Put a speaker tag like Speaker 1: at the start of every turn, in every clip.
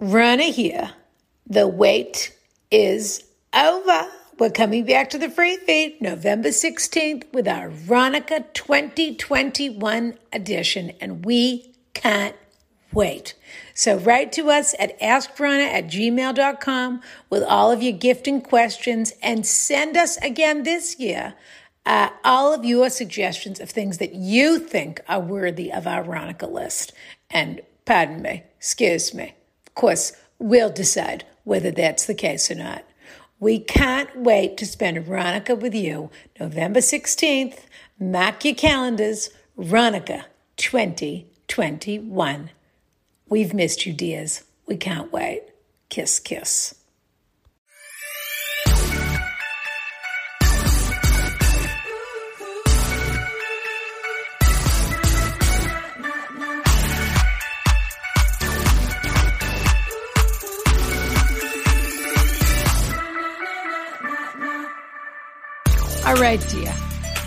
Speaker 1: Runner here. The wait is over. We're coming back to the free feed November 16th with our Ronica 2021 edition, and we can't wait. So write to us at askrana at gmail.com with all of your gifting questions and send us again this year uh, all of your suggestions of things that you think are worthy of our Ronica list. And pardon me, excuse me. Of course, we'll decide whether that's the case or not. We can't wait to spend Ronica with you November 16th. Mark your calendars, Ronica 2021. We've missed you, dears. We can't wait. Kiss, kiss. All right, dear.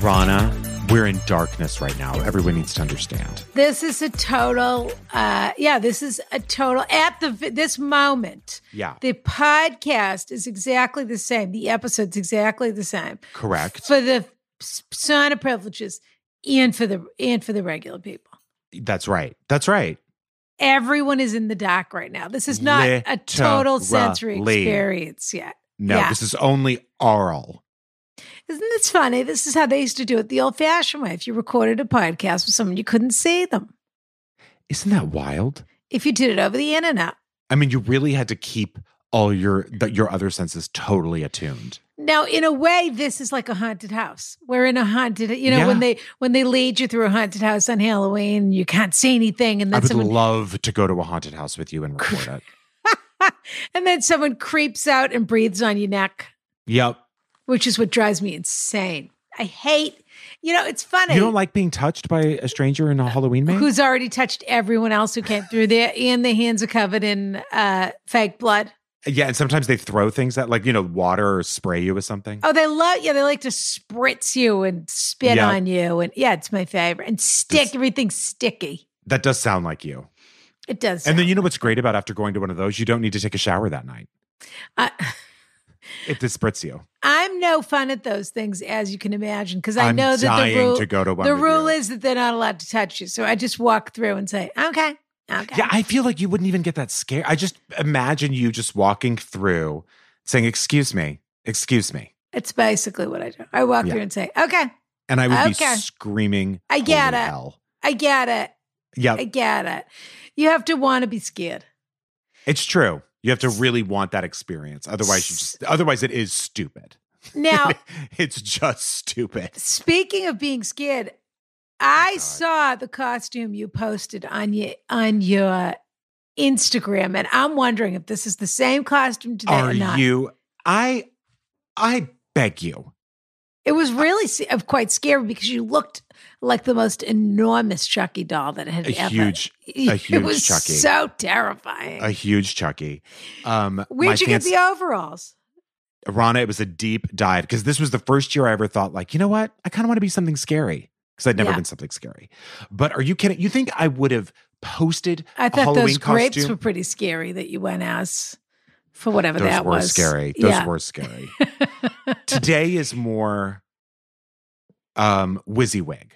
Speaker 2: Rana, we're in darkness right now. Everyone needs to understand.
Speaker 1: This is a total, uh, yeah, this is a total, at the this moment,
Speaker 2: Yeah.
Speaker 1: the podcast is exactly the same. The episode's exactly the same.
Speaker 2: Correct.
Speaker 1: For the sauna privileges and for the, and for the regular people.
Speaker 2: That's right. That's right.
Speaker 1: Everyone is in the dark right now. This is not a total sensory
Speaker 2: Literally.
Speaker 1: experience yet.
Speaker 2: No,
Speaker 1: Yeah.
Speaker 2: this is only oral.
Speaker 1: Isn't this funny? This is how they used to do it the old fashioned way. If you recorded a podcast with someone, you couldn't see them.
Speaker 2: Isn't that wild?
Speaker 1: If you did it over the internet,
Speaker 2: I mean, you really had to keep all your the, your other senses totally attuned.
Speaker 1: Now, in a way, this is like a haunted house. We're in a haunted, you know, when
Speaker 2: Yeah.
Speaker 1: they when they lead you through a haunted house on Halloween, you can't see anything, and
Speaker 2: I
Speaker 1: then
Speaker 2: would
Speaker 1: someone
Speaker 2: love to go to a haunted house with you and record it.
Speaker 1: and then someone creeps out and breathes on your neck,
Speaker 2: Yep.
Speaker 1: which is what drives me insane. I hate, you know, it's funny.
Speaker 2: You don't like being touched by a stranger in a Halloween maze?
Speaker 1: who's already touched everyone else who came through there, and their hands are covered in uh, fake blood.
Speaker 2: Yeah, and sometimes they throw things at like, you know, water or spray you with something.
Speaker 1: Oh, they love yeah, they like to spritz you and spit
Speaker 2: Yeah.
Speaker 1: on you, and yeah, it's my favorite. And stick
Speaker 2: This-
Speaker 1: everything's sticky.
Speaker 2: That does sound like you.
Speaker 1: It does.
Speaker 2: And then
Speaker 1: sound-
Speaker 2: you know what's great about after going to one of those? You don't need to take a shower that night.
Speaker 1: I-
Speaker 2: It just spritz you.
Speaker 1: I'm no fun at those things, as you can imagine, because I
Speaker 2: am
Speaker 1: know that
Speaker 2: dying
Speaker 1: the rule
Speaker 2: to go to one.
Speaker 1: the
Speaker 2: with
Speaker 1: rule
Speaker 2: you.
Speaker 1: is that they're not allowed to touch you. So I just walk through and say, "Okay, okay."
Speaker 2: Yeah, I feel like you wouldn't even get that scared. I just imagine you just walking through saying, Excuse me, excuse me.
Speaker 1: it's basically what I do. I walk
Speaker 2: Yeah.
Speaker 1: through and say, "Okay,
Speaker 2: And I would
Speaker 1: Okay.
Speaker 2: be screaming,
Speaker 1: I get
Speaker 2: "Holy
Speaker 1: it.
Speaker 2: Hell.
Speaker 1: I get it,
Speaker 2: Yeah,
Speaker 1: I get it." You have to want to be scared.
Speaker 2: it's true. You have to really want that experience. Otherwise, you just otherwise it is stupid.
Speaker 1: Now,
Speaker 2: it's just stupid.
Speaker 1: speaking of being scared, I
Speaker 2: Oh God.
Speaker 1: saw the costume you posted on your on your Instagram, and I'm wondering if this is the same costume today
Speaker 2: Are
Speaker 1: or not.
Speaker 2: you I I beg you.
Speaker 1: It was really se- uh, quite scary because you looked like the most enormous Chucky doll that had
Speaker 2: A
Speaker 1: ever.
Speaker 2: huge
Speaker 1: it
Speaker 2: huge
Speaker 1: was
Speaker 2: Chucky.
Speaker 1: So terrifying.
Speaker 2: a huge Chucky. Um my
Speaker 1: Where'd you
Speaker 2: fans-
Speaker 1: get the overalls?
Speaker 2: Rana, it was a deep dive because this was the first year I ever thought, like, you know what? I kind of want to be something scary because I'd never
Speaker 1: Yeah.
Speaker 2: been something scary. But are you kidding? You think I would have posted
Speaker 1: I thought those
Speaker 2: Halloween
Speaker 1: grapes
Speaker 2: costume?
Speaker 1: were pretty scary that you went as for whatever
Speaker 2: those
Speaker 1: that
Speaker 2: were
Speaker 1: was.
Speaker 2: scary? Those
Speaker 1: yeah.
Speaker 2: were scary. Today is more um WYSIWYG.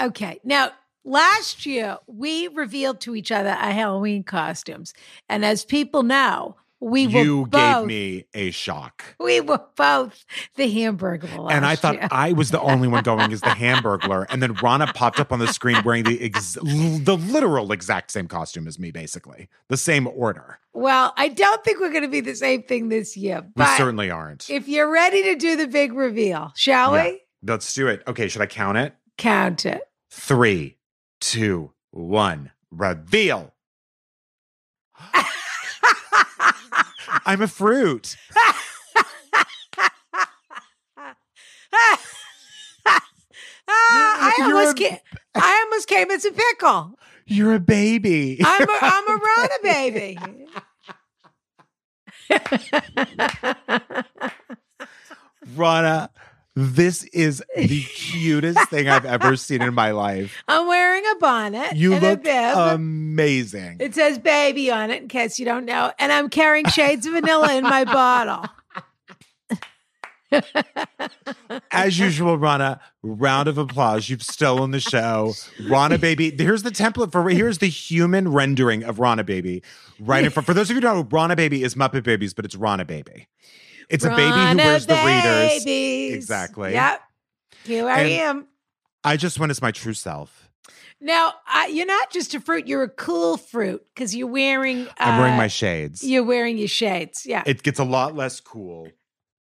Speaker 1: okay. Now, last year we revealed to each other our Halloween costumes, and as people know, we
Speaker 2: you
Speaker 1: were
Speaker 2: gave
Speaker 1: both,
Speaker 2: me a shock.
Speaker 1: we were both the Hamburger. Last
Speaker 2: and I thought
Speaker 1: year.
Speaker 2: I was the only one going as the Hamburglar, and then Rana popped up on the screen wearing the ex- l- the literal exact same costume as me, basically the same order.
Speaker 1: Well, I don't think we're going to be the same thing this year,
Speaker 2: We
Speaker 1: but
Speaker 2: certainly aren't.
Speaker 1: if you're ready to do the big reveal, shall
Speaker 2: Yeah.
Speaker 1: we?
Speaker 2: Let's do it. Okay, should I count it?
Speaker 1: Count it.
Speaker 2: Three, two, one. Reveal. I'm a fruit.
Speaker 1: Ah, I
Speaker 2: You're
Speaker 1: almost
Speaker 2: a-
Speaker 1: came. I almost came as a pickle.
Speaker 2: You're a baby.
Speaker 1: I'm a, I'm a Rona baby.
Speaker 2: Rana, this is the cutest thing I've ever seen in my life.
Speaker 1: I'm wearing a bonnet.
Speaker 2: You
Speaker 1: and a
Speaker 2: look um
Speaker 1: bib.
Speaker 2: amazing.
Speaker 1: it says baby on it in case you don't know. And I'm carrying shades of vanilla in my bottle.
Speaker 2: As usual, Rana, round of applause. You've stolen the show. Rana Baby, here's the template for here's the human rendering of Rana Baby. Right in front. For those of you who don't know, Rana Baby is Muppet Babies, but it's Rana Baby. It's a baby who
Speaker 1: Rana
Speaker 2: wears the readers.
Speaker 1: babies.
Speaker 2: Exactly.
Speaker 1: Yep. Here I
Speaker 2: And-
Speaker 1: am.
Speaker 2: I just went as my true self.
Speaker 1: Now, I, you're not just a fruit, you're a cool fruit because you're wearing. Uh,
Speaker 2: I'm wearing my shades.
Speaker 1: You're wearing your shades. Yeah.
Speaker 2: It gets a lot less cool,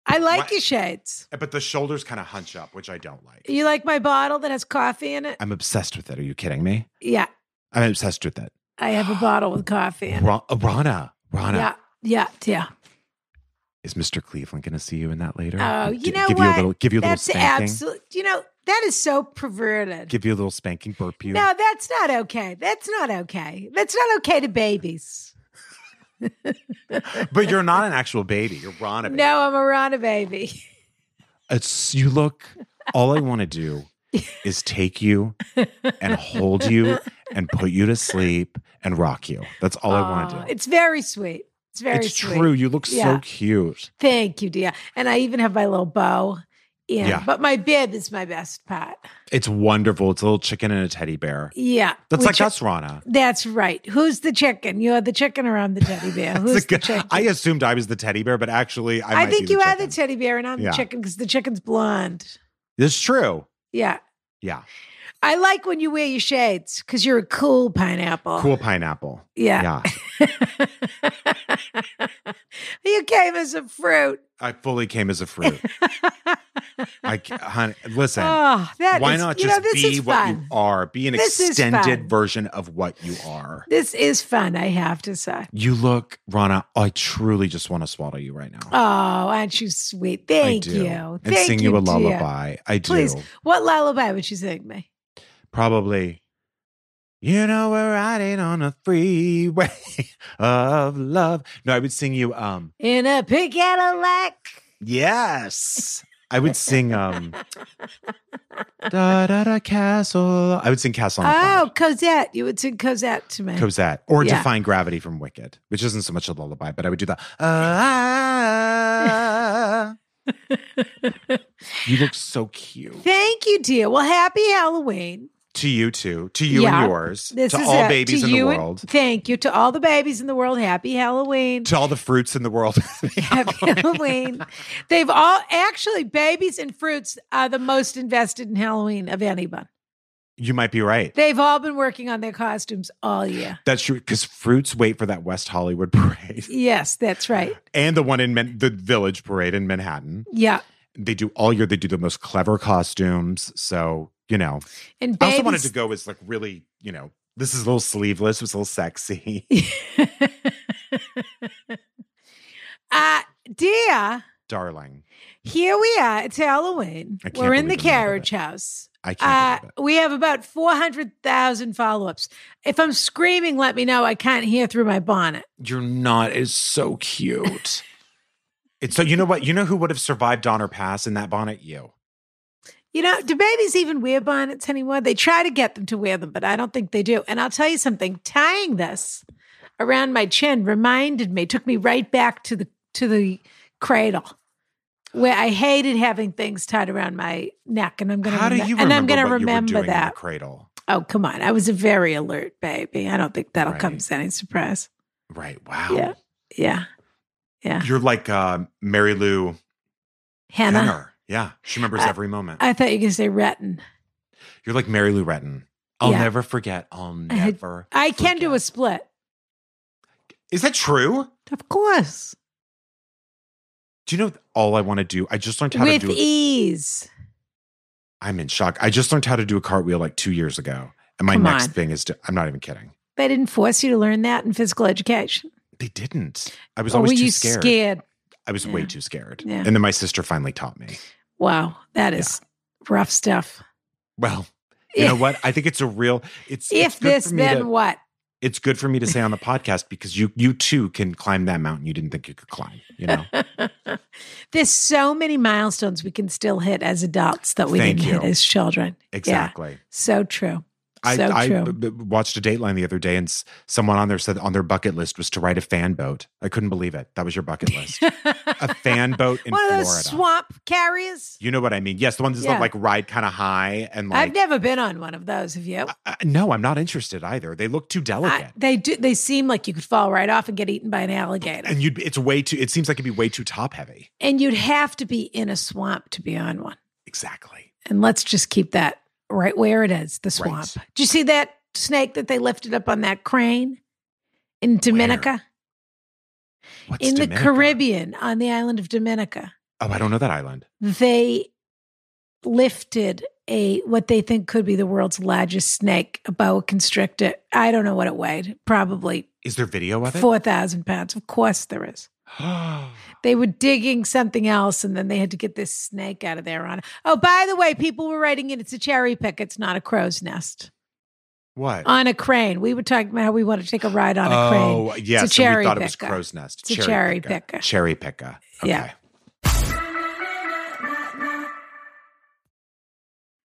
Speaker 1: I like
Speaker 2: Why-
Speaker 1: your shades.
Speaker 2: but the shoulders kind of hunch up, which I don't like.
Speaker 1: You like my bottle that has coffee in it?
Speaker 2: I'm obsessed with it. Are you kidding me?
Speaker 1: Yeah.
Speaker 2: I'm obsessed with it.
Speaker 1: I have a bottle with coffee in it.
Speaker 2: Ra- uh, Rana, Rana,
Speaker 1: Yeah. Yeah. Yeah.
Speaker 2: is Mr. Cleveland going to see you in that later?
Speaker 1: Oh,
Speaker 2: And
Speaker 1: you
Speaker 2: gi-
Speaker 1: know
Speaker 2: give you
Speaker 1: what?
Speaker 2: a little, give you a little
Speaker 1: That's
Speaker 2: spanking,
Speaker 1: absolute. You know, that is so perverted.
Speaker 2: give you a little spanking, burp you.
Speaker 1: No, that's not okay. That's not okay. That's not okay to babies.
Speaker 2: But you're not an actual baby. You're Rana. Baby.
Speaker 1: No, I'm a Rana baby.
Speaker 2: It's you look. All I want to do is take you and hold you and put you to sleep and rock you. That's all I want
Speaker 1: Aw,
Speaker 2: to do.
Speaker 1: It's very sweet. It's very
Speaker 2: It's
Speaker 1: sweet.
Speaker 2: true. You look
Speaker 1: Yeah.
Speaker 2: so cute.
Speaker 1: Thank you, dear. And I even have my little bow. In,
Speaker 2: Yeah.
Speaker 1: But my bib is my best part.
Speaker 2: It's wonderful. It's a little chicken and a teddy bear.
Speaker 1: Yeah.
Speaker 2: That's
Speaker 1: which-
Speaker 2: like us, Rana.
Speaker 1: That's right. Who's the chicken? You're the chicken or I'm the teddy bear.
Speaker 2: It's
Speaker 1: Who's
Speaker 2: a
Speaker 1: the
Speaker 2: good-
Speaker 1: chicken?
Speaker 2: I assumed I was the teddy bear, but actually, I,
Speaker 1: I
Speaker 2: might
Speaker 1: think
Speaker 2: be
Speaker 1: you
Speaker 2: the
Speaker 1: are the
Speaker 2: chicken.
Speaker 1: teddy bear and I'm
Speaker 2: Yeah.
Speaker 1: the chicken because the chicken's blonde.
Speaker 2: It's true.
Speaker 1: Yeah.
Speaker 2: Yeah,
Speaker 1: I like when you wear your shades because you're a cool pineapple.
Speaker 2: cool pineapple.
Speaker 1: Oh. Yeah.
Speaker 2: Yeah,
Speaker 1: you came as a fruit.
Speaker 2: I fully came as a fruit. I, ca- honey, listen.
Speaker 1: oh, that
Speaker 2: why
Speaker 1: is-
Speaker 2: not
Speaker 1: you
Speaker 2: just
Speaker 1: know, this
Speaker 2: be
Speaker 1: is
Speaker 2: what
Speaker 1: fun.
Speaker 2: you are? Be an
Speaker 1: This is
Speaker 2: extended
Speaker 1: fun.
Speaker 2: version of what you are.
Speaker 1: This is fun, I have to say.
Speaker 2: You look, Rana. I truly just want to swallow you right now.
Speaker 1: Oh, aren't you sweet?
Speaker 2: I
Speaker 1: Thank
Speaker 2: do,
Speaker 1: you.
Speaker 2: and
Speaker 1: Thank
Speaker 2: sing you, a
Speaker 1: dear.
Speaker 2: lullaby. I do.
Speaker 1: Please. What lullaby would you sing me?
Speaker 2: probably you know we're riding on a freeway of love no i would sing you um
Speaker 1: In a pink Cadillac.
Speaker 2: yes i would sing um da da da castle i would sing castle on a
Speaker 1: Oh,
Speaker 2: Cloud,
Speaker 1: Cosette. You would sing Cosette to me.
Speaker 2: cosette or
Speaker 1: Yeah.
Speaker 2: define gravity from wicked which isn't so much a lullaby but i would do that ah, you look so cute
Speaker 1: Thank you, dear. Well, happy Halloween.
Speaker 2: to you too to you
Speaker 1: Yeah.
Speaker 2: and yours
Speaker 1: This
Speaker 2: to
Speaker 1: is
Speaker 2: all
Speaker 1: it.
Speaker 2: babies
Speaker 1: To
Speaker 2: in the
Speaker 1: you and-
Speaker 2: world
Speaker 1: thank you to all the babies in the world. Happy Halloween.
Speaker 2: to all the fruits in the world
Speaker 1: Happy Halloween. They've all actually babies and fruits are the most invested in Halloween of anyone.
Speaker 2: You might be right.
Speaker 1: They've all been working on their costumes all year.
Speaker 2: That's true because fruits wait for that West Hollywood parade
Speaker 1: Yes, that's right.
Speaker 2: and the one in Man- the Village parade in Manhattan.
Speaker 1: Yeah.
Speaker 2: They do all year. They do the most clever costumes. So you know,
Speaker 1: And
Speaker 2: I
Speaker 1: babies,
Speaker 2: also wanted to go as like really, you know, this is a little sleeveless. It's a little sexy.
Speaker 1: uh, dear,
Speaker 2: Darling,
Speaker 1: here we are. It's Halloween.
Speaker 2: I can't
Speaker 1: We're in the
Speaker 2: believe the name of
Speaker 1: carriage
Speaker 2: it.
Speaker 1: house.
Speaker 2: I can't
Speaker 1: Uh,
Speaker 2: believe it.
Speaker 1: we have about 400,000 follow ups. If I'm screaming, let me know. I can't hear through my bonnet.
Speaker 2: You're not. It's so cute. it's so. You know what? You know who would have survived Donner Pass in that bonnet? You.
Speaker 1: You know, do babies even wear bonnets anymore? They try to get them to wear them, but I don't think they do. And I'll tell you something, tying this around my chin reminded me, took me right back to the to the cradle where I hated having things tied around my neck. And I'm gonna
Speaker 2: How do
Speaker 1: remem-
Speaker 2: you
Speaker 1: and
Speaker 2: remember
Speaker 1: I'm gonna
Speaker 2: what
Speaker 1: remember
Speaker 2: you were doing in
Speaker 1: that.
Speaker 2: the cradle?
Speaker 1: Oh, come on. I was a very alert baby. I don't think that'll come
Speaker 2: Right.
Speaker 1: as any surprise.
Speaker 2: Right. Wow.
Speaker 1: Yeah. Yeah.
Speaker 2: You're like uh, Mary Lou
Speaker 1: Hannah.
Speaker 2: Penner. Yeah, she remembers
Speaker 1: I-
Speaker 2: every moment.
Speaker 1: I thought you were gonna say retin.
Speaker 2: You're like Mary Lou Retton. I'll
Speaker 1: Yeah.
Speaker 2: never forget. I'll never.
Speaker 1: I can do a
Speaker 2: forget.
Speaker 1: split.
Speaker 2: Is that true?
Speaker 1: Of course.
Speaker 2: Do you know all I want to do? I just learned how
Speaker 1: With e
Speaker 2: to do. i
Speaker 1: ease.
Speaker 2: I'm in shock. I just learned how to do a cartwheel like two years ago, and my
Speaker 1: Come
Speaker 2: next
Speaker 1: on.
Speaker 2: thing is to. I'm not even kidding.
Speaker 1: They didn't force you to learn that in physical education.
Speaker 2: They didn't. I was
Speaker 1: Or
Speaker 2: always
Speaker 1: were
Speaker 2: too
Speaker 1: you
Speaker 2: scared. I was way
Speaker 1: Yeah.
Speaker 2: too scared.
Speaker 1: Yeah.
Speaker 2: And then my sister finally taught me.
Speaker 1: Wow, that
Speaker 2: Yeah.
Speaker 1: is rough stuff.
Speaker 2: Well, you know what? I think it's a real. It's it's
Speaker 1: if
Speaker 2: good
Speaker 1: this,
Speaker 2: for me
Speaker 1: then
Speaker 2: to-
Speaker 1: what?
Speaker 2: it's good for me to say on the podcast because you you too can climb that mountain you didn't think you could climb. You know.
Speaker 1: There's so many milestones we can still hit as adults that we
Speaker 2: Thank
Speaker 1: didn't hit
Speaker 2: you.
Speaker 1: as children.
Speaker 2: Exactly.
Speaker 1: So true.
Speaker 2: I,
Speaker 1: So
Speaker 2: I
Speaker 1: true.
Speaker 2: b- b- watched a Dateline the other day, and s- someone on there said on their bucket list was to ride a fan boat. I couldn't believe it. That was your bucket list. a fan boat in
Speaker 3: One of
Speaker 2: Florida.
Speaker 3: those swamp carriers.
Speaker 2: you know what I mean? Yes, the ones that
Speaker 1: Yeah.
Speaker 2: like ride kind of high and
Speaker 1: I've
Speaker 2: like.
Speaker 1: never been on one of those. Have you?
Speaker 2: Uh, no, I'm not interested either. They look too delicate.
Speaker 1: I, they do. They seem like you could fall right off and get eaten by an alligator,
Speaker 2: and you'd it's way too it seems like it'd be way too top heavy
Speaker 1: and you'd have to be in a swamp to be on one.
Speaker 2: exactly
Speaker 1: And let's just keep that right where it is, the swamp.
Speaker 2: Right.
Speaker 1: Do you see that snake that they lifted up on that crane in Dominica,
Speaker 2: What's
Speaker 1: in
Speaker 2: Dominica?
Speaker 1: the Caribbean, on the island of Dominica?
Speaker 2: oh i don't know that island
Speaker 1: They lifted a what they think could be the world's largest snake, a boa constrictor. I don't know what it weighed, probably
Speaker 2: is there video of it
Speaker 1: four thousand pounds. Of course, there is. they were digging something else and then they had to get this snake out of there on oh by the way people were writing in it's a cherry pick it's not a crow's nest
Speaker 2: what
Speaker 1: on a crane we were talking about how we want to take a ride on a crane
Speaker 2: oh yes
Speaker 1: It's a
Speaker 2: and we
Speaker 1: cherry
Speaker 2: thought it was
Speaker 1: picker.
Speaker 2: crow's nest
Speaker 1: It's a cherry picker.
Speaker 2: cherry picker okay
Speaker 1: Yeah.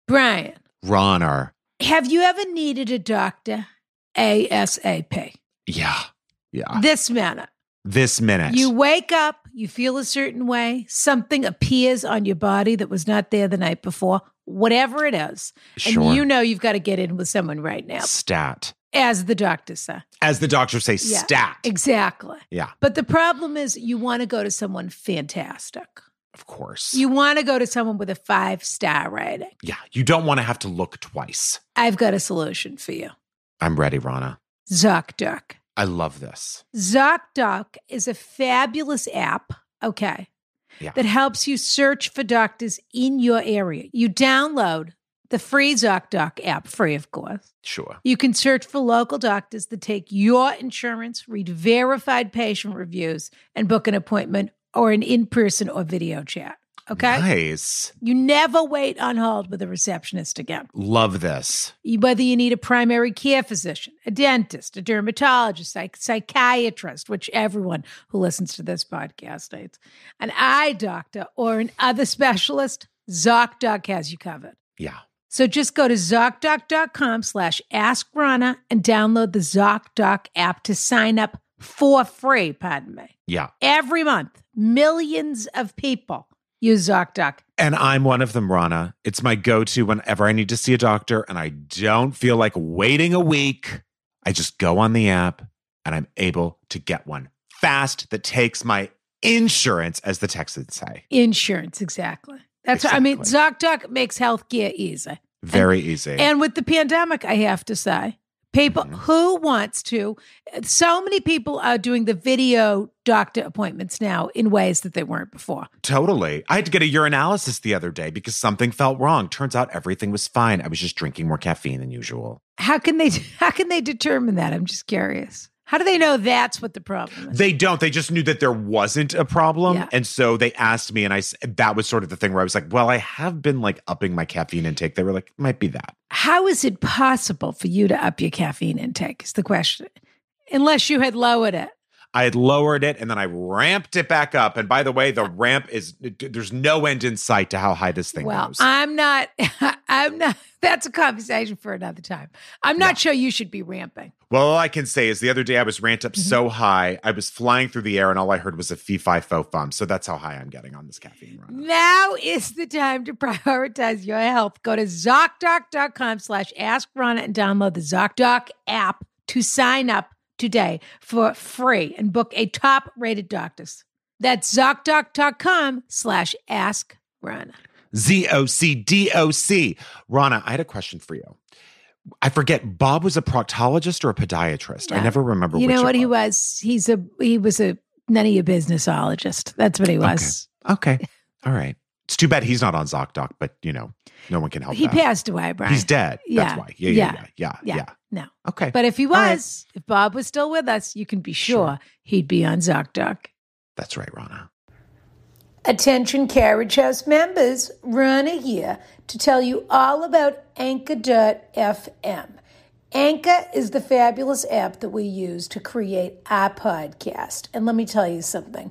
Speaker 1: brian
Speaker 2: ronner
Speaker 1: have you ever needed a doctor asap
Speaker 2: yeah yeah
Speaker 1: this manner
Speaker 2: this minute
Speaker 1: you wake up you feel a certain way something appears on your body that was not there the night before whatever it is
Speaker 2: sure
Speaker 1: and you know you've got to get in with someone right now
Speaker 2: stat
Speaker 1: as the doctor said
Speaker 2: as the doctors say
Speaker 1: Yeah.
Speaker 2: stat
Speaker 1: Exactly.
Speaker 2: Yeah.
Speaker 1: But the problem is you want to go to someone fantastic.
Speaker 2: of course
Speaker 1: You want to go to someone with a five star rating.
Speaker 2: yeah you don't want to have to look twice
Speaker 1: I've got a solution for you.
Speaker 2: i'm ready rana
Speaker 1: ZocDoc.
Speaker 2: i love this
Speaker 1: ZocDoc is a fabulous app. Okay.
Speaker 2: Yeah.
Speaker 1: That helps you search for doctors in your area. You download the free ZocDoc app, free of course.
Speaker 2: sure
Speaker 1: You can search for local doctors that take your insurance, read verified patient reviews, and book an appointment or an in person or video chat. Okay?
Speaker 2: nice
Speaker 1: You never wait on hold with a receptionist again.
Speaker 2: love this
Speaker 1: You- Whether you need a primary care physician, a dentist, a dermatologist, a psychiatrist, which everyone who listens to this podcast needs, an eye doctor, or an other specialist, ZocDoc has you covered.
Speaker 2: yeah
Speaker 1: So just go to ZocDoc.com slash Ask Rana and download the ZocDoc app to sign up for free, pardon me.
Speaker 2: yeah
Speaker 1: Every month, millions of people use ZocDoc.
Speaker 2: And I'm one of them, Rana. It's my go to whenever I need to see a doctor and I don't feel like waiting a week. I just go on the app and I'm able to get one fast that takes my insurance, as the Texans say.
Speaker 1: Insurance, exactly. That's what I mean. ZocDoc makes healthcare easy.
Speaker 2: Very easy.
Speaker 1: And with the pandemic, I have to say, people
Speaker 2: Mhm.
Speaker 1: who wants to, so many people are doing the video doctor appointments now in ways that they weren't before.
Speaker 2: totally. I had to get a urinalysis the other day because something felt wrong. Turns out everything was fine. I was just drinking more caffeine than usual.
Speaker 1: How can they how can they determine that? I'm just curious. How do they know that's what the problem is?
Speaker 2: They don't. They just knew that there wasn't a problem,
Speaker 1: Yeah.
Speaker 2: and so they asked me, and I s- that was sort of the thing where I was like, "Well, I have been like upping my caffeine intake." They were like, "Might be that."
Speaker 1: How is it possible for you to up your caffeine intake? Is the question. Unless you had lowered it.
Speaker 2: I had lowered it, and then I ramped it back up. And by the way, the ramp is there's no end in sight to how high this thing
Speaker 1: Well,
Speaker 2: goes.
Speaker 1: I'm not I'm not that's a conversation for another time. I'm not sure you should be ramping.
Speaker 2: well, all I can say is the other day I was ramped up
Speaker 1: Mm-hmm.
Speaker 2: so high, I was flying through the air, and all I heard was a fee fi fo fum. So that's how high I'm getting on this caffeine
Speaker 1: Mm-hmm.
Speaker 2: run.
Speaker 1: Now is the time to prioritize your health. Go to ZocDoc.com slash Ask Rana and download the ZocDoc app to sign up today for free and book a top rated doctor's. That's ZocDoc.com slash Ask Rana.
Speaker 2: Z O C D O C. Rana, I had a question for you. I forget. Bob was a proctologist or a podiatrist. I
Speaker 1: Yeah.
Speaker 2: never remember.
Speaker 1: You
Speaker 2: which
Speaker 1: know
Speaker 2: it
Speaker 1: what he was? He's a he was a none of your businessologist. That's what he was.
Speaker 2: Okay. All right. It's too bad he's not on ZocDoc, but you know, no one can help.
Speaker 1: He
Speaker 2: that.
Speaker 1: passed away, Brian.
Speaker 2: He's dead.
Speaker 1: Yeah.
Speaker 2: That's why. Yeah. Yeah.
Speaker 1: Yeah.
Speaker 2: Yeah. Yeah.
Speaker 1: Yeah.
Speaker 2: Yeah.
Speaker 1: No.
Speaker 2: Okay.
Speaker 1: But if he
Speaker 2: right.
Speaker 1: was, if Bob was still with us, you can be sure,
Speaker 2: Sure.
Speaker 1: he'd be on ZocDoc.
Speaker 2: That's right, Rana.
Speaker 1: Attention Carriage House members, Rana here to tell you all about Anchor.fm. Anchor is the fabulous app that we use to create our podcast. And let me tell you something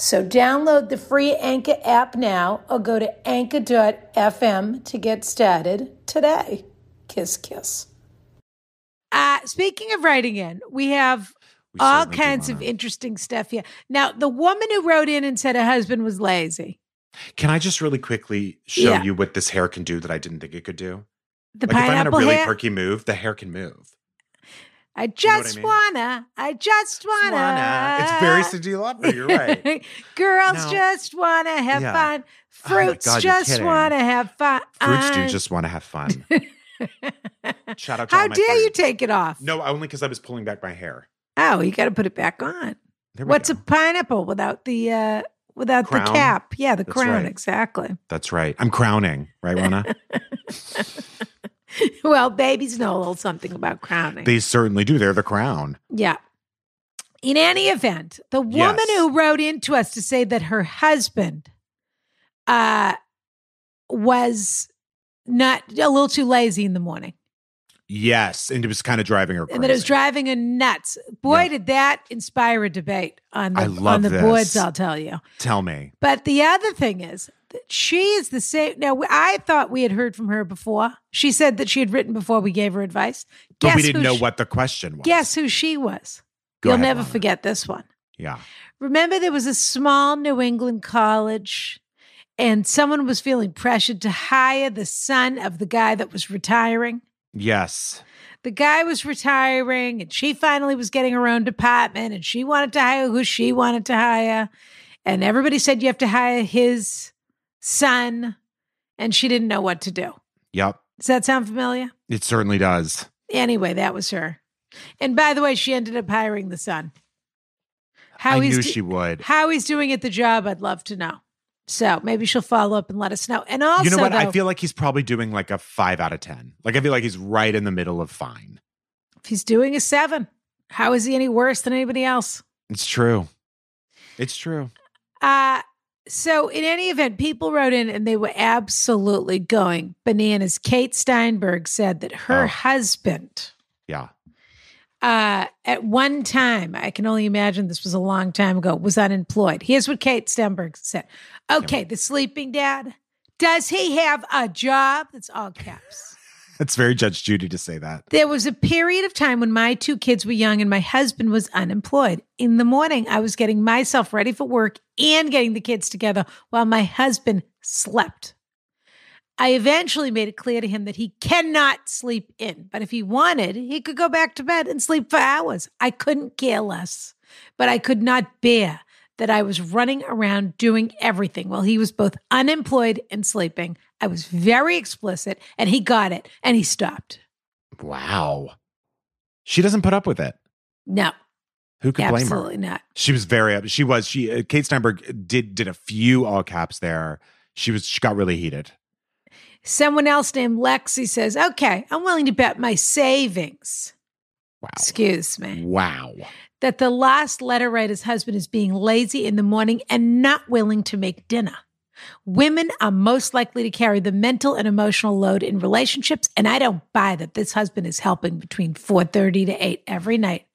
Speaker 1: So download the free Anchor app now or go to anchor.fm to get started today. Kiss, kiss.
Speaker 3: Uh, speaking of writing in, we have
Speaker 2: We
Speaker 3: all
Speaker 2: certainly do,
Speaker 3: kinds of
Speaker 2: Rana.
Speaker 3: interesting stuff here. Now, the woman who wrote in and said her husband was lazy.
Speaker 2: Can I just really quickly show
Speaker 3: Yeah.
Speaker 2: you what this hair can do that I didn't think it could do?
Speaker 3: The
Speaker 2: like if I'm in a
Speaker 3: pineapple
Speaker 2: really
Speaker 3: hair.
Speaker 2: perky move, the hair can move.
Speaker 3: I
Speaker 2: know what I
Speaker 3: just
Speaker 2: mean?
Speaker 3: wanna. I just wanna.
Speaker 2: Swana. It's very Cindy Lauper. You're right.
Speaker 3: Girls
Speaker 2: No.
Speaker 3: just wanna have
Speaker 2: Yeah. Oh
Speaker 3: fun.
Speaker 2: my
Speaker 3: Fruits
Speaker 2: God, you're
Speaker 3: just
Speaker 2: kidding.
Speaker 3: wanna have fun.
Speaker 2: Fruits do just want to have fun. Shout out to all
Speaker 3: Uh, How
Speaker 2: my
Speaker 3: dare you
Speaker 2: fruit-
Speaker 3: take it off?
Speaker 2: No, only because I was pulling back my hair.
Speaker 3: Oh, you got to put it back on.
Speaker 2: There we
Speaker 3: What's
Speaker 2: go.
Speaker 3: a pineapple without the uh without the
Speaker 2: Crown?
Speaker 3: cap? Yeah, the
Speaker 2: That's
Speaker 3: crown
Speaker 2: right.
Speaker 3: exactly.
Speaker 2: That's right. I'm crowning, right, Rona?
Speaker 3: Well, babies know a little something about crowning.
Speaker 2: they certainly do. They're the crown.
Speaker 3: yeah. In any event, the woman
Speaker 2: Yes.
Speaker 3: who wrote in to us to say that her husband uh was not a little too lazy in the morning
Speaker 2: Yes, and it was kind of driving her crazy.
Speaker 3: and that it was driving her nuts. Boy,
Speaker 2: Yeah.
Speaker 3: did that inspire a debate on the
Speaker 2: I
Speaker 3: on
Speaker 2: love
Speaker 3: the
Speaker 2: this.
Speaker 3: boards, I'll tell you.
Speaker 2: Tell me.
Speaker 3: But the other thing is that she is the same. Now, I thought we had heard from her before. She said that she had written before we gave her advice.
Speaker 2: But
Speaker 3: Guess
Speaker 2: we didn't
Speaker 3: who
Speaker 2: know
Speaker 3: she,
Speaker 2: what the question was.
Speaker 3: Guess who she was?
Speaker 2: Go
Speaker 3: You'll
Speaker 2: ahead,
Speaker 3: never
Speaker 2: Lana.
Speaker 3: forget this one.
Speaker 2: Yeah.
Speaker 3: Remember, there was a small New England college, and someone was feeling pressured to hire the son of the guy that was retiring.
Speaker 2: Yes.
Speaker 3: The guy was retiring, and she finally was getting her own department, and she wanted to hire who she wanted to hire. And everybody said you have to hire his son, and she didn't know what to do.
Speaker 2: Yep.
Speaker 3: Does that sound familiar?
Speaker 2: It certainly does.
Speaker 3: Anyway, that was her. And by the way, she ended up hiring the son. How
Speaker 2: I
Speaker 3: he's
Speaker 2: knew
Speaker 3: do-
Speaker 2: she would.
Speaker 3: how he's doing at the job, I'd love to know. So maybe she'll follow up and let us know. And also,
Speaker 2: you know what? I
Speaker 3: though,
Speaker 2: feel like he's probably doing like a five out of ten. Like I feel like he's right in the middle of fine.
Speaker 3: if he's doing a seven, how is he any worse than anybody else?
Speaker 2: It's true. It's true.
Speaker 3: Uh so in any event, people wrote in and they were absolutely going bananas. Kate Steinberg said that her
Speaker 2: Oh.
Speaker 3: husband
Speaker 2: Yeah.
Speaker 3: uh at one time, I can only imagine this was a long time ago, was unemployed. Here's what Kate Steinberg said. Okay, the sleeping dad. Does he have a job? That's all caps.
Speaker 2: It's very Judge Judy to say that.
Speaker 3: There was a period of time when my two kids were young and my husband was unemployed. In the morning, I was getting myself ready for work and getting the kids together while my husband slept. I eventually made it clear to him that he cannot sleep in, but if he wanted, he could go back to bed and sleep for hours. I couldn't care less, but I could not bear that I was running around doing everything while he was both unemployed and sleeping. I was very explicit and he got it and he stopped.
Speaker 2: Wow. She doesn't put up with it.
Speaker 3: No,
Speaker 2: Who could blame her?
Speaker 3: absolutely not.
Speaker 2: She was very up. She was. She uh, Kate Steinberg did did a few all caps there. She was. She got really heated.
Speaker 3: Someone else named Lexi says, okay, I'm willing to bet my savings,
Speaker 2: Wow.
Speaker 3: excuse me,
Speaker 2: Wow.
Speaker 3: that the last letter writer's husband is being lazy in the morning and not willing to make dinner. Women are most likely to carry the mental and emotional load in relationships, and I don't buy that this husband is helping between 4:30 to 8 every night.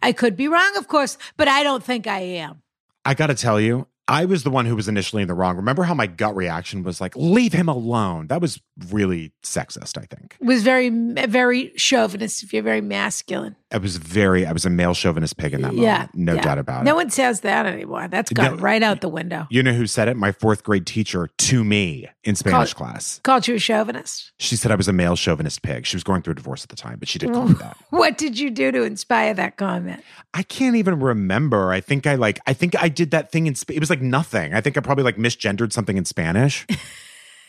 Speaker 3: I could be wrong, of course, but I don't think I am.
Speaker 2: I got to tell you, I was the one who was initially in the wrong. Remember how my gut reaction was like, "Leave him alone." That was really sexist. I think
Speaker 3: Was very very chauvinist if you're very masculine.
Speaker 2: I was very. I was a male chauvinist pig in that
Speaker 3: Yeah,
Speaker 2: moment. Uh, No
Speaker 3: yeah.
Speaker 2: doubt about
Speaker 3: No
Speaker 2: it.
Speaker 3: one says that anymore. That's gone
Speaker 2: No.
Speaker 3: right out the window.
Speaker 2: You know who said it? My fourth grade teacher to me in Spanish class.
Speaker 3: Called you a chauvinist.
Speaker 2: She said I was a male chauvinist pig. She was going through a divorce at the time, but she did call me that.
Speaker 3: What did you do to inspire that comment?
Speaker 2: I can't even remember. I think I like. I think I did that thing in. Sp- it was like nothing. I think I probably like misgendered something in Spanish,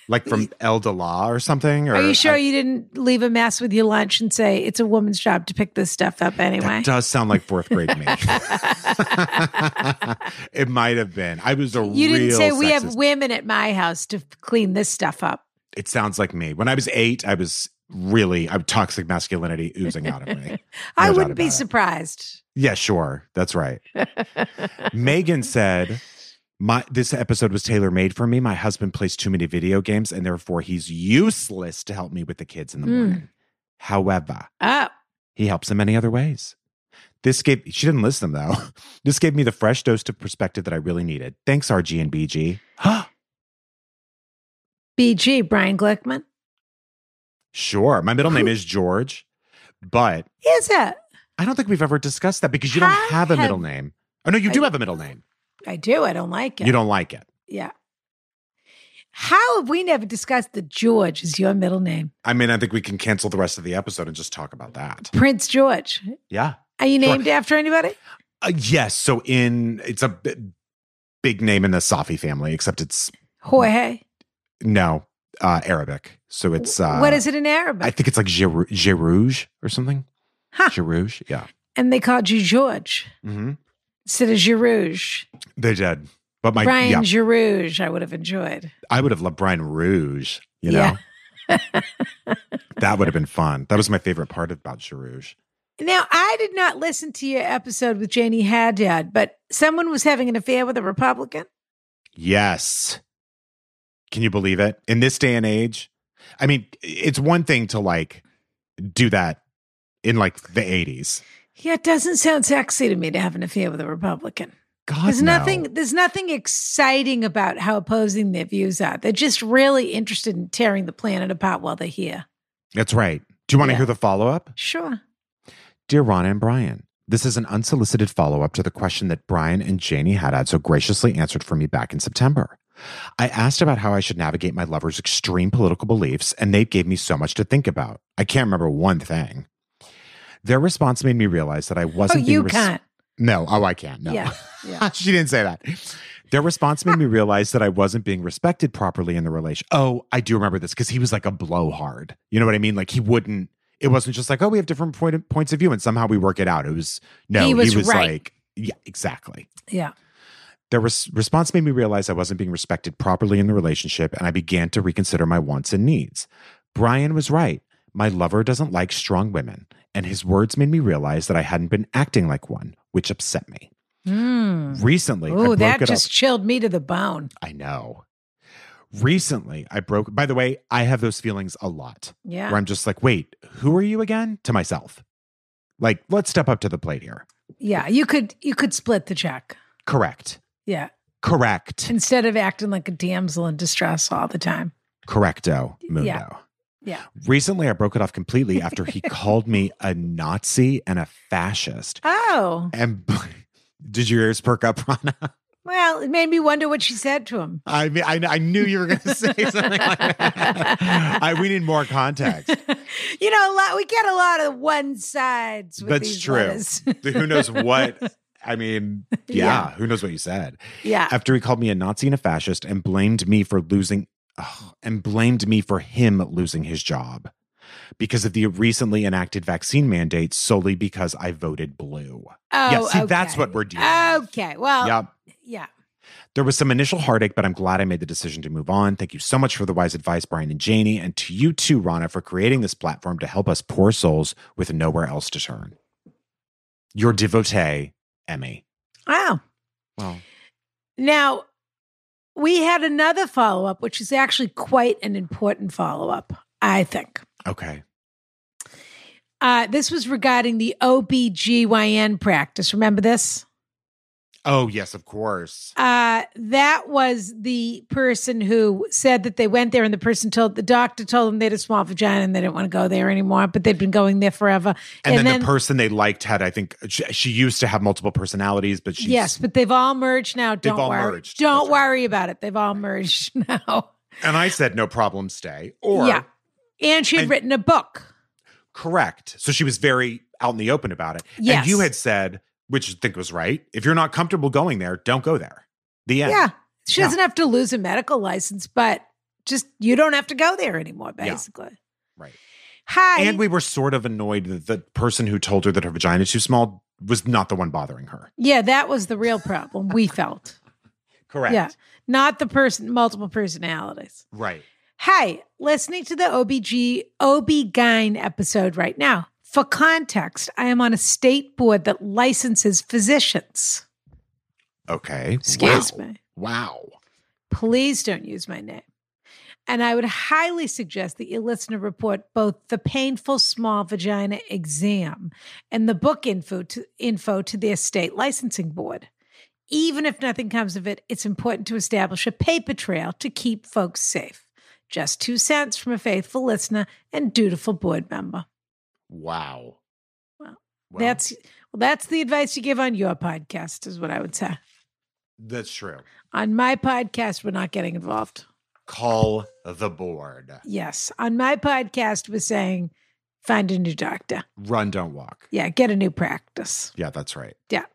Speaker 2: like from El de La or something. Or
Speaker 3: Are you sure
Speaker 2: I-
Speaker 3: you didn't leave a mess with your lunch and say it's a woman's job to pick this stuff up anyway?
Speaker 2: that does sound like fourth grade to me. it might have been. I was a
Speaker 3: You
Speaker 2: real
Speaker 3: didn't say we have
Speaker 2: sexist.
Speaker 3: women at my house to clean this stuff up.
Speaker 2: it sounds like me. When I was eight, I was really I'm toxic masculinity oozing out of me. No
Speaker 3: I
Speaker 2: doubt
Speaker 3: wouldn't be
Speaker 2: about it.
Speaker 3: surprised.
Speaker 2: Yeah, sure. That's right. Megan said, "My this episode was tailor made for me. My husband plays too many video games, and therefore he's useless to help me with the kids in the
Speaker 3: Mm.
Speaker 2: morning. However,
Speaker 3: Oh,
Speaker 2: he helps in many other ways." This gave she didn't list them though. This gave me the fresh dose of perspective that I really needed. Thanks, RG and BG.
Speaker 3: BG, Brian Glickman.
Speaker 2: sure, my middle name is George, but
Speaker 3: Is it?
Speaker 2: I don't think we've ever discussed that because you don't
Speaker 3: How
Speaker 2: have a
Speaker 3: have-
Speaker 2: middle name. Oh no, you do
Speaker 3: I-
Speaker 2: have a middle name.
Speaker 3: I do. I don't like it.
Speaker 2: You don't like it.
Speaker 3: Yeah. How have we never discussed that George is your middle name?
Speaker 2: I mean, I think we can cancel the rest of the episode and just talk about that.
Speaker 3: Prince George.
Speaker 2: Yeah.
Speaker 3: Are you
Speaker 2: Sure.
Speaker 3: named after anybody?
Speaker 2: Uh, yes. So in it's a b- big name in the Safi family, except it's
Speaker 3: Jorge.
Speaker 2: no uh, Arabic. So it's uh,
Speaker 3: what is it in Arabic? Ah.
Speaker 2: I think it's like Girouge Girouge or something.
Speaker 3: Huh.
Speaker 2: Girouge. Yeah.
Speaker 3: and they called you George
Speaker 2: hmm
Speaker 3: instead of Girouge.
Speaker 2: They did. But my
Speaker 3: Brian
Speaker 2: yeah,
Speaker 3: Girouge, I would have enjoyed.
Speaker 2: I would have loved Brian Rouge. You know,
Speaker 3: Yeah.
Speaker 2: that would have been fun. That was my favorite part about Girouge.
Speaker 3: Now, I did not listen to your episode with Janie Haddad, but someone was having an affair with a Republican.
Speaker 2: Yes. Can you believe it? In this day and age, I mean, it's one thing to like do that in like the 80s.
Speaker 3: Yeah, it doesn't sound sexy to me to have an affair with a Republican.
Speaker 2: God,
Speaker 3: There's
Speaker 2: no.
Speaker 3: nothing there's nothing exciting about how opposing their views are. They're just really interested in tearing the planet apart while they're here.
Speaker 2: That's right. Do you want to
Speaker 3: Yeah.
Speaker 2: hear the follow up?
Speaker 3: Sure.
Speaker 2: Dear Ron and Brian, this is an unsolicited follow up to the question that Brian and Janie Haddad so graciously answered for me back in September. I asked about how I should navigate my lover's extreme political beliefs, and they gave me so much to think about. I can't remember one thing. Their response made me realize that I
Speaker 3: Oh,
Speaker 2: wasn't being
Speaker 3: you
Speaker 2: res-
Speaker 3: can't.
Speaker 2: No, oh, I can't. No.
Speaker 3: Yeah. Yeah.
Speaker 2: she didn't say that. Their response made me realize that I wasn't being respected properly in the relation. Oh, I do remember this because he was like a blowhard. You know what I mean? Like he wouldn't. It wasn't just like, oh, we have different point, points of view and somehow we work it out. It was no,
Speaker 3: He
Speaker 2: he
Speaker 3: was
Speaker 2: was,
Speaker 3: right.
Speaker 2: like, yeah, exactly.
Speaker 3: Yeah.
Speaker 2: Their res- response made me realize I wasn't being respected properly in the relationship, and I began to reconsider my wants and needs. Brian was right. My lover doesn't like strong women, and his words made me realize that I hadn't been acting like one, which upset me.
Speaker 3: Mm.
Speaker 2: Recently, I
Speaker 3: Oh,
Speaker 2: broke
Speaker 3: that
Speaker 2: it up.
Speaker 3: just chilled me to the bone.
Speaker 2: I know. Recently, I broke. By the way, I have those feelings a lot
Speaker 3: Yeah.
Speaker 2: where I'm just like, wait, who are you again? To myself. Like, let's step up to the plate here.
Speaker 3: Yeah. You could you could split the check.
Speaker 2: Correct.
Speaker 3: Yeah.
Speaker 2: Correct.
Speaker 3: Instead of acting like a damsel in distress all the time.
Speaker 2: Correcto. Mundo.
Speaker 3: Yeah.
Speaker 2: Recently, I broke it off completely after he called me a Nazi and a fascist.
Speaker 3: Oh.
Speaker 2: And did your ears perk up, Rana?
Speaker 3: Well, it made me wonder what she said to him.
Speaker 2: I mean, I, I knew you were going to say something like that. I, we need more context.
Speaker 3: you know, a lot, we get a lot of one sides. With
Speaker 2: That's
Speaker 3: these
Speaker 2: true.
Speaker 3: letters.
Speaker 2: The- who knows what i mean yeah,
Speaker 3: Yeah.
Speaker 2: who knows what you said
Speaker 3: yeah.
Speaker 2: after he called me a nazi and a fascist and blamed me for losing ugh, and blamed me for him losing his job because of the recently enacted vaccine mandate solely because i voted blue
Speaker 3: Oh,
Speaker 2: Uh, yeah see that's
Speaker 3: okay.
Speaker 2: what we're dealing with
Speaker 3: Okay. Well,
Speaker 2: yep
Speaker 3: yeah.
Speaker 2: there was some initial heartache, but I'm glad I made the decision to move on. Thank you so much for the wise advice, Brian and Janie, and to you too, Rana, for creating this platform to help us poor souls with nowhere else to turn. Your devotee, Emmy.
Speaker 3: Wow.
Speaker 2: Well,
Speaker 3: Now, we had another follow up, which is actually quite an important follow up, I think.
Speaker 2: okay.
Speaker 3: Uh, this was regarding the OBGYN practice. Remember this?
Speaker 2: Oh, yes, of course.
Speaker 3: Uh, that was the person who said that they went there, and the person told the doctor told them they had a small vagina and they didn't want to go there anymore, but they'd been going there forever.
Speaker 2: And, then, the person they liked had, I think, she, she used to have multiple personalities, but she's.
Speaker 3: yes, but they've all merged now. Don't
Speaker 2: all
Speaker 3: worry.
Speaker 2: merged.
Speaker 3: Don't
Speaker 2: That's right.
Speaker 3: worry about it. They've all merged now.
Speaker 2: And I said, no problem, stay. Or,
Speaker 3: yeah, and she'd
Speaker 2: and-
Speaker 3: written a book.
Speaker 2: correct. So she was very out in the open about it.
Speaker 3: Yes.
Speaker 2: And you had said, which I think was right, if you're not comfortable going there, don't go there. The
Speaker 3: Yeah,
Speaker 2: end.
Speaker 3: she
Speaker 2: Yeah.
Speaker 3: doesn't have to lose a medical license, but just you don't have to go there anymore. Basically,
Speaker 2: Right.
Speaker 3: hi.
Speaker 2: and we were sort of annoyed that the person who told her that her vagina is too small was not the one bothering her.
Speaker 3: yeah, that was the real problem we felt.
Speaker 2: Correct.
Speaker 3: Yeah, not the person, multiple personalities.
Speaker 2: Right.
Speaker 3: Hey, listening to the OBG OB-GYN episode right now. For context, I am on a state board that licenses physicians.
Speaker 2: Okay.
Speaker 3: Excuse
Speaker 2: Wow.
Speaker 3: me.
Speaker 2: Wow.
Speaker 3: Please don't use my name. And I would highly suggest that you listen to report both the painful small vagina exam and the book info to, info to their state licensing board. Even if nothing comes of it, it's important to establish a paper trail to keep folks safe. Just two cents from a faithful listener and dutiful board member.
Speaker 2: Wow.
Speaker 3: Well,
Speaker 2: Well,
Speaker 3: That's well, that's the advice you give on your podcast, is what I would say.
Speaker 2: that's true.
Speaker 3: On my podcast, we're not getting involved.
Speaker 2: Call the board.
Speaker 3: Yes. On my podcast was saying find a new doctor.
Speaker 2: Run, don't walk.
Speaker 3: Yeah, get a new practice.
Speaker 2: Yeah, that's right.
Speaker 3: Yeah.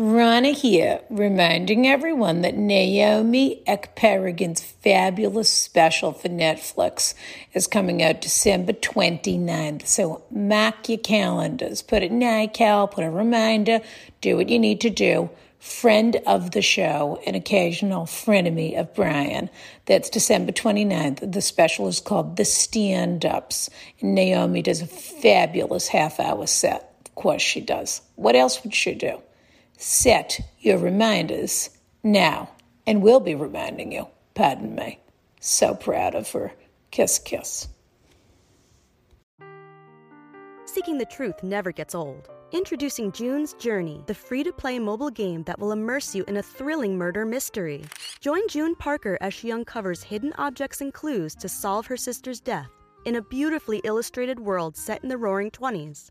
Speaker 1: Rana here, reminding everyone that Naomi Ekperigin's fabulous special for Netflix is coming out December 29th. So mark your calendars, put it in iCal, put a reminder, do what you need to do. Friend of the show, an occasional frenemy of Brian. That's December 29th. The special is called The Stand Ups. And Naomi does a fabulous half hour set. Of course, she does. What else would she do? Set your reminders now, and we'll be reminding you. Pardon me. So proud of her. Kiss, kiss.
Speaker 4: Seeking the truth never gets old. Introducing June's Journey, the free to play mobile game that will immerse you in a thrilling murder mystery. Join June Parker as she uncovers hidden objects and clues to solve her sister's death in a beautifully illustrated world set in the roaring 20s.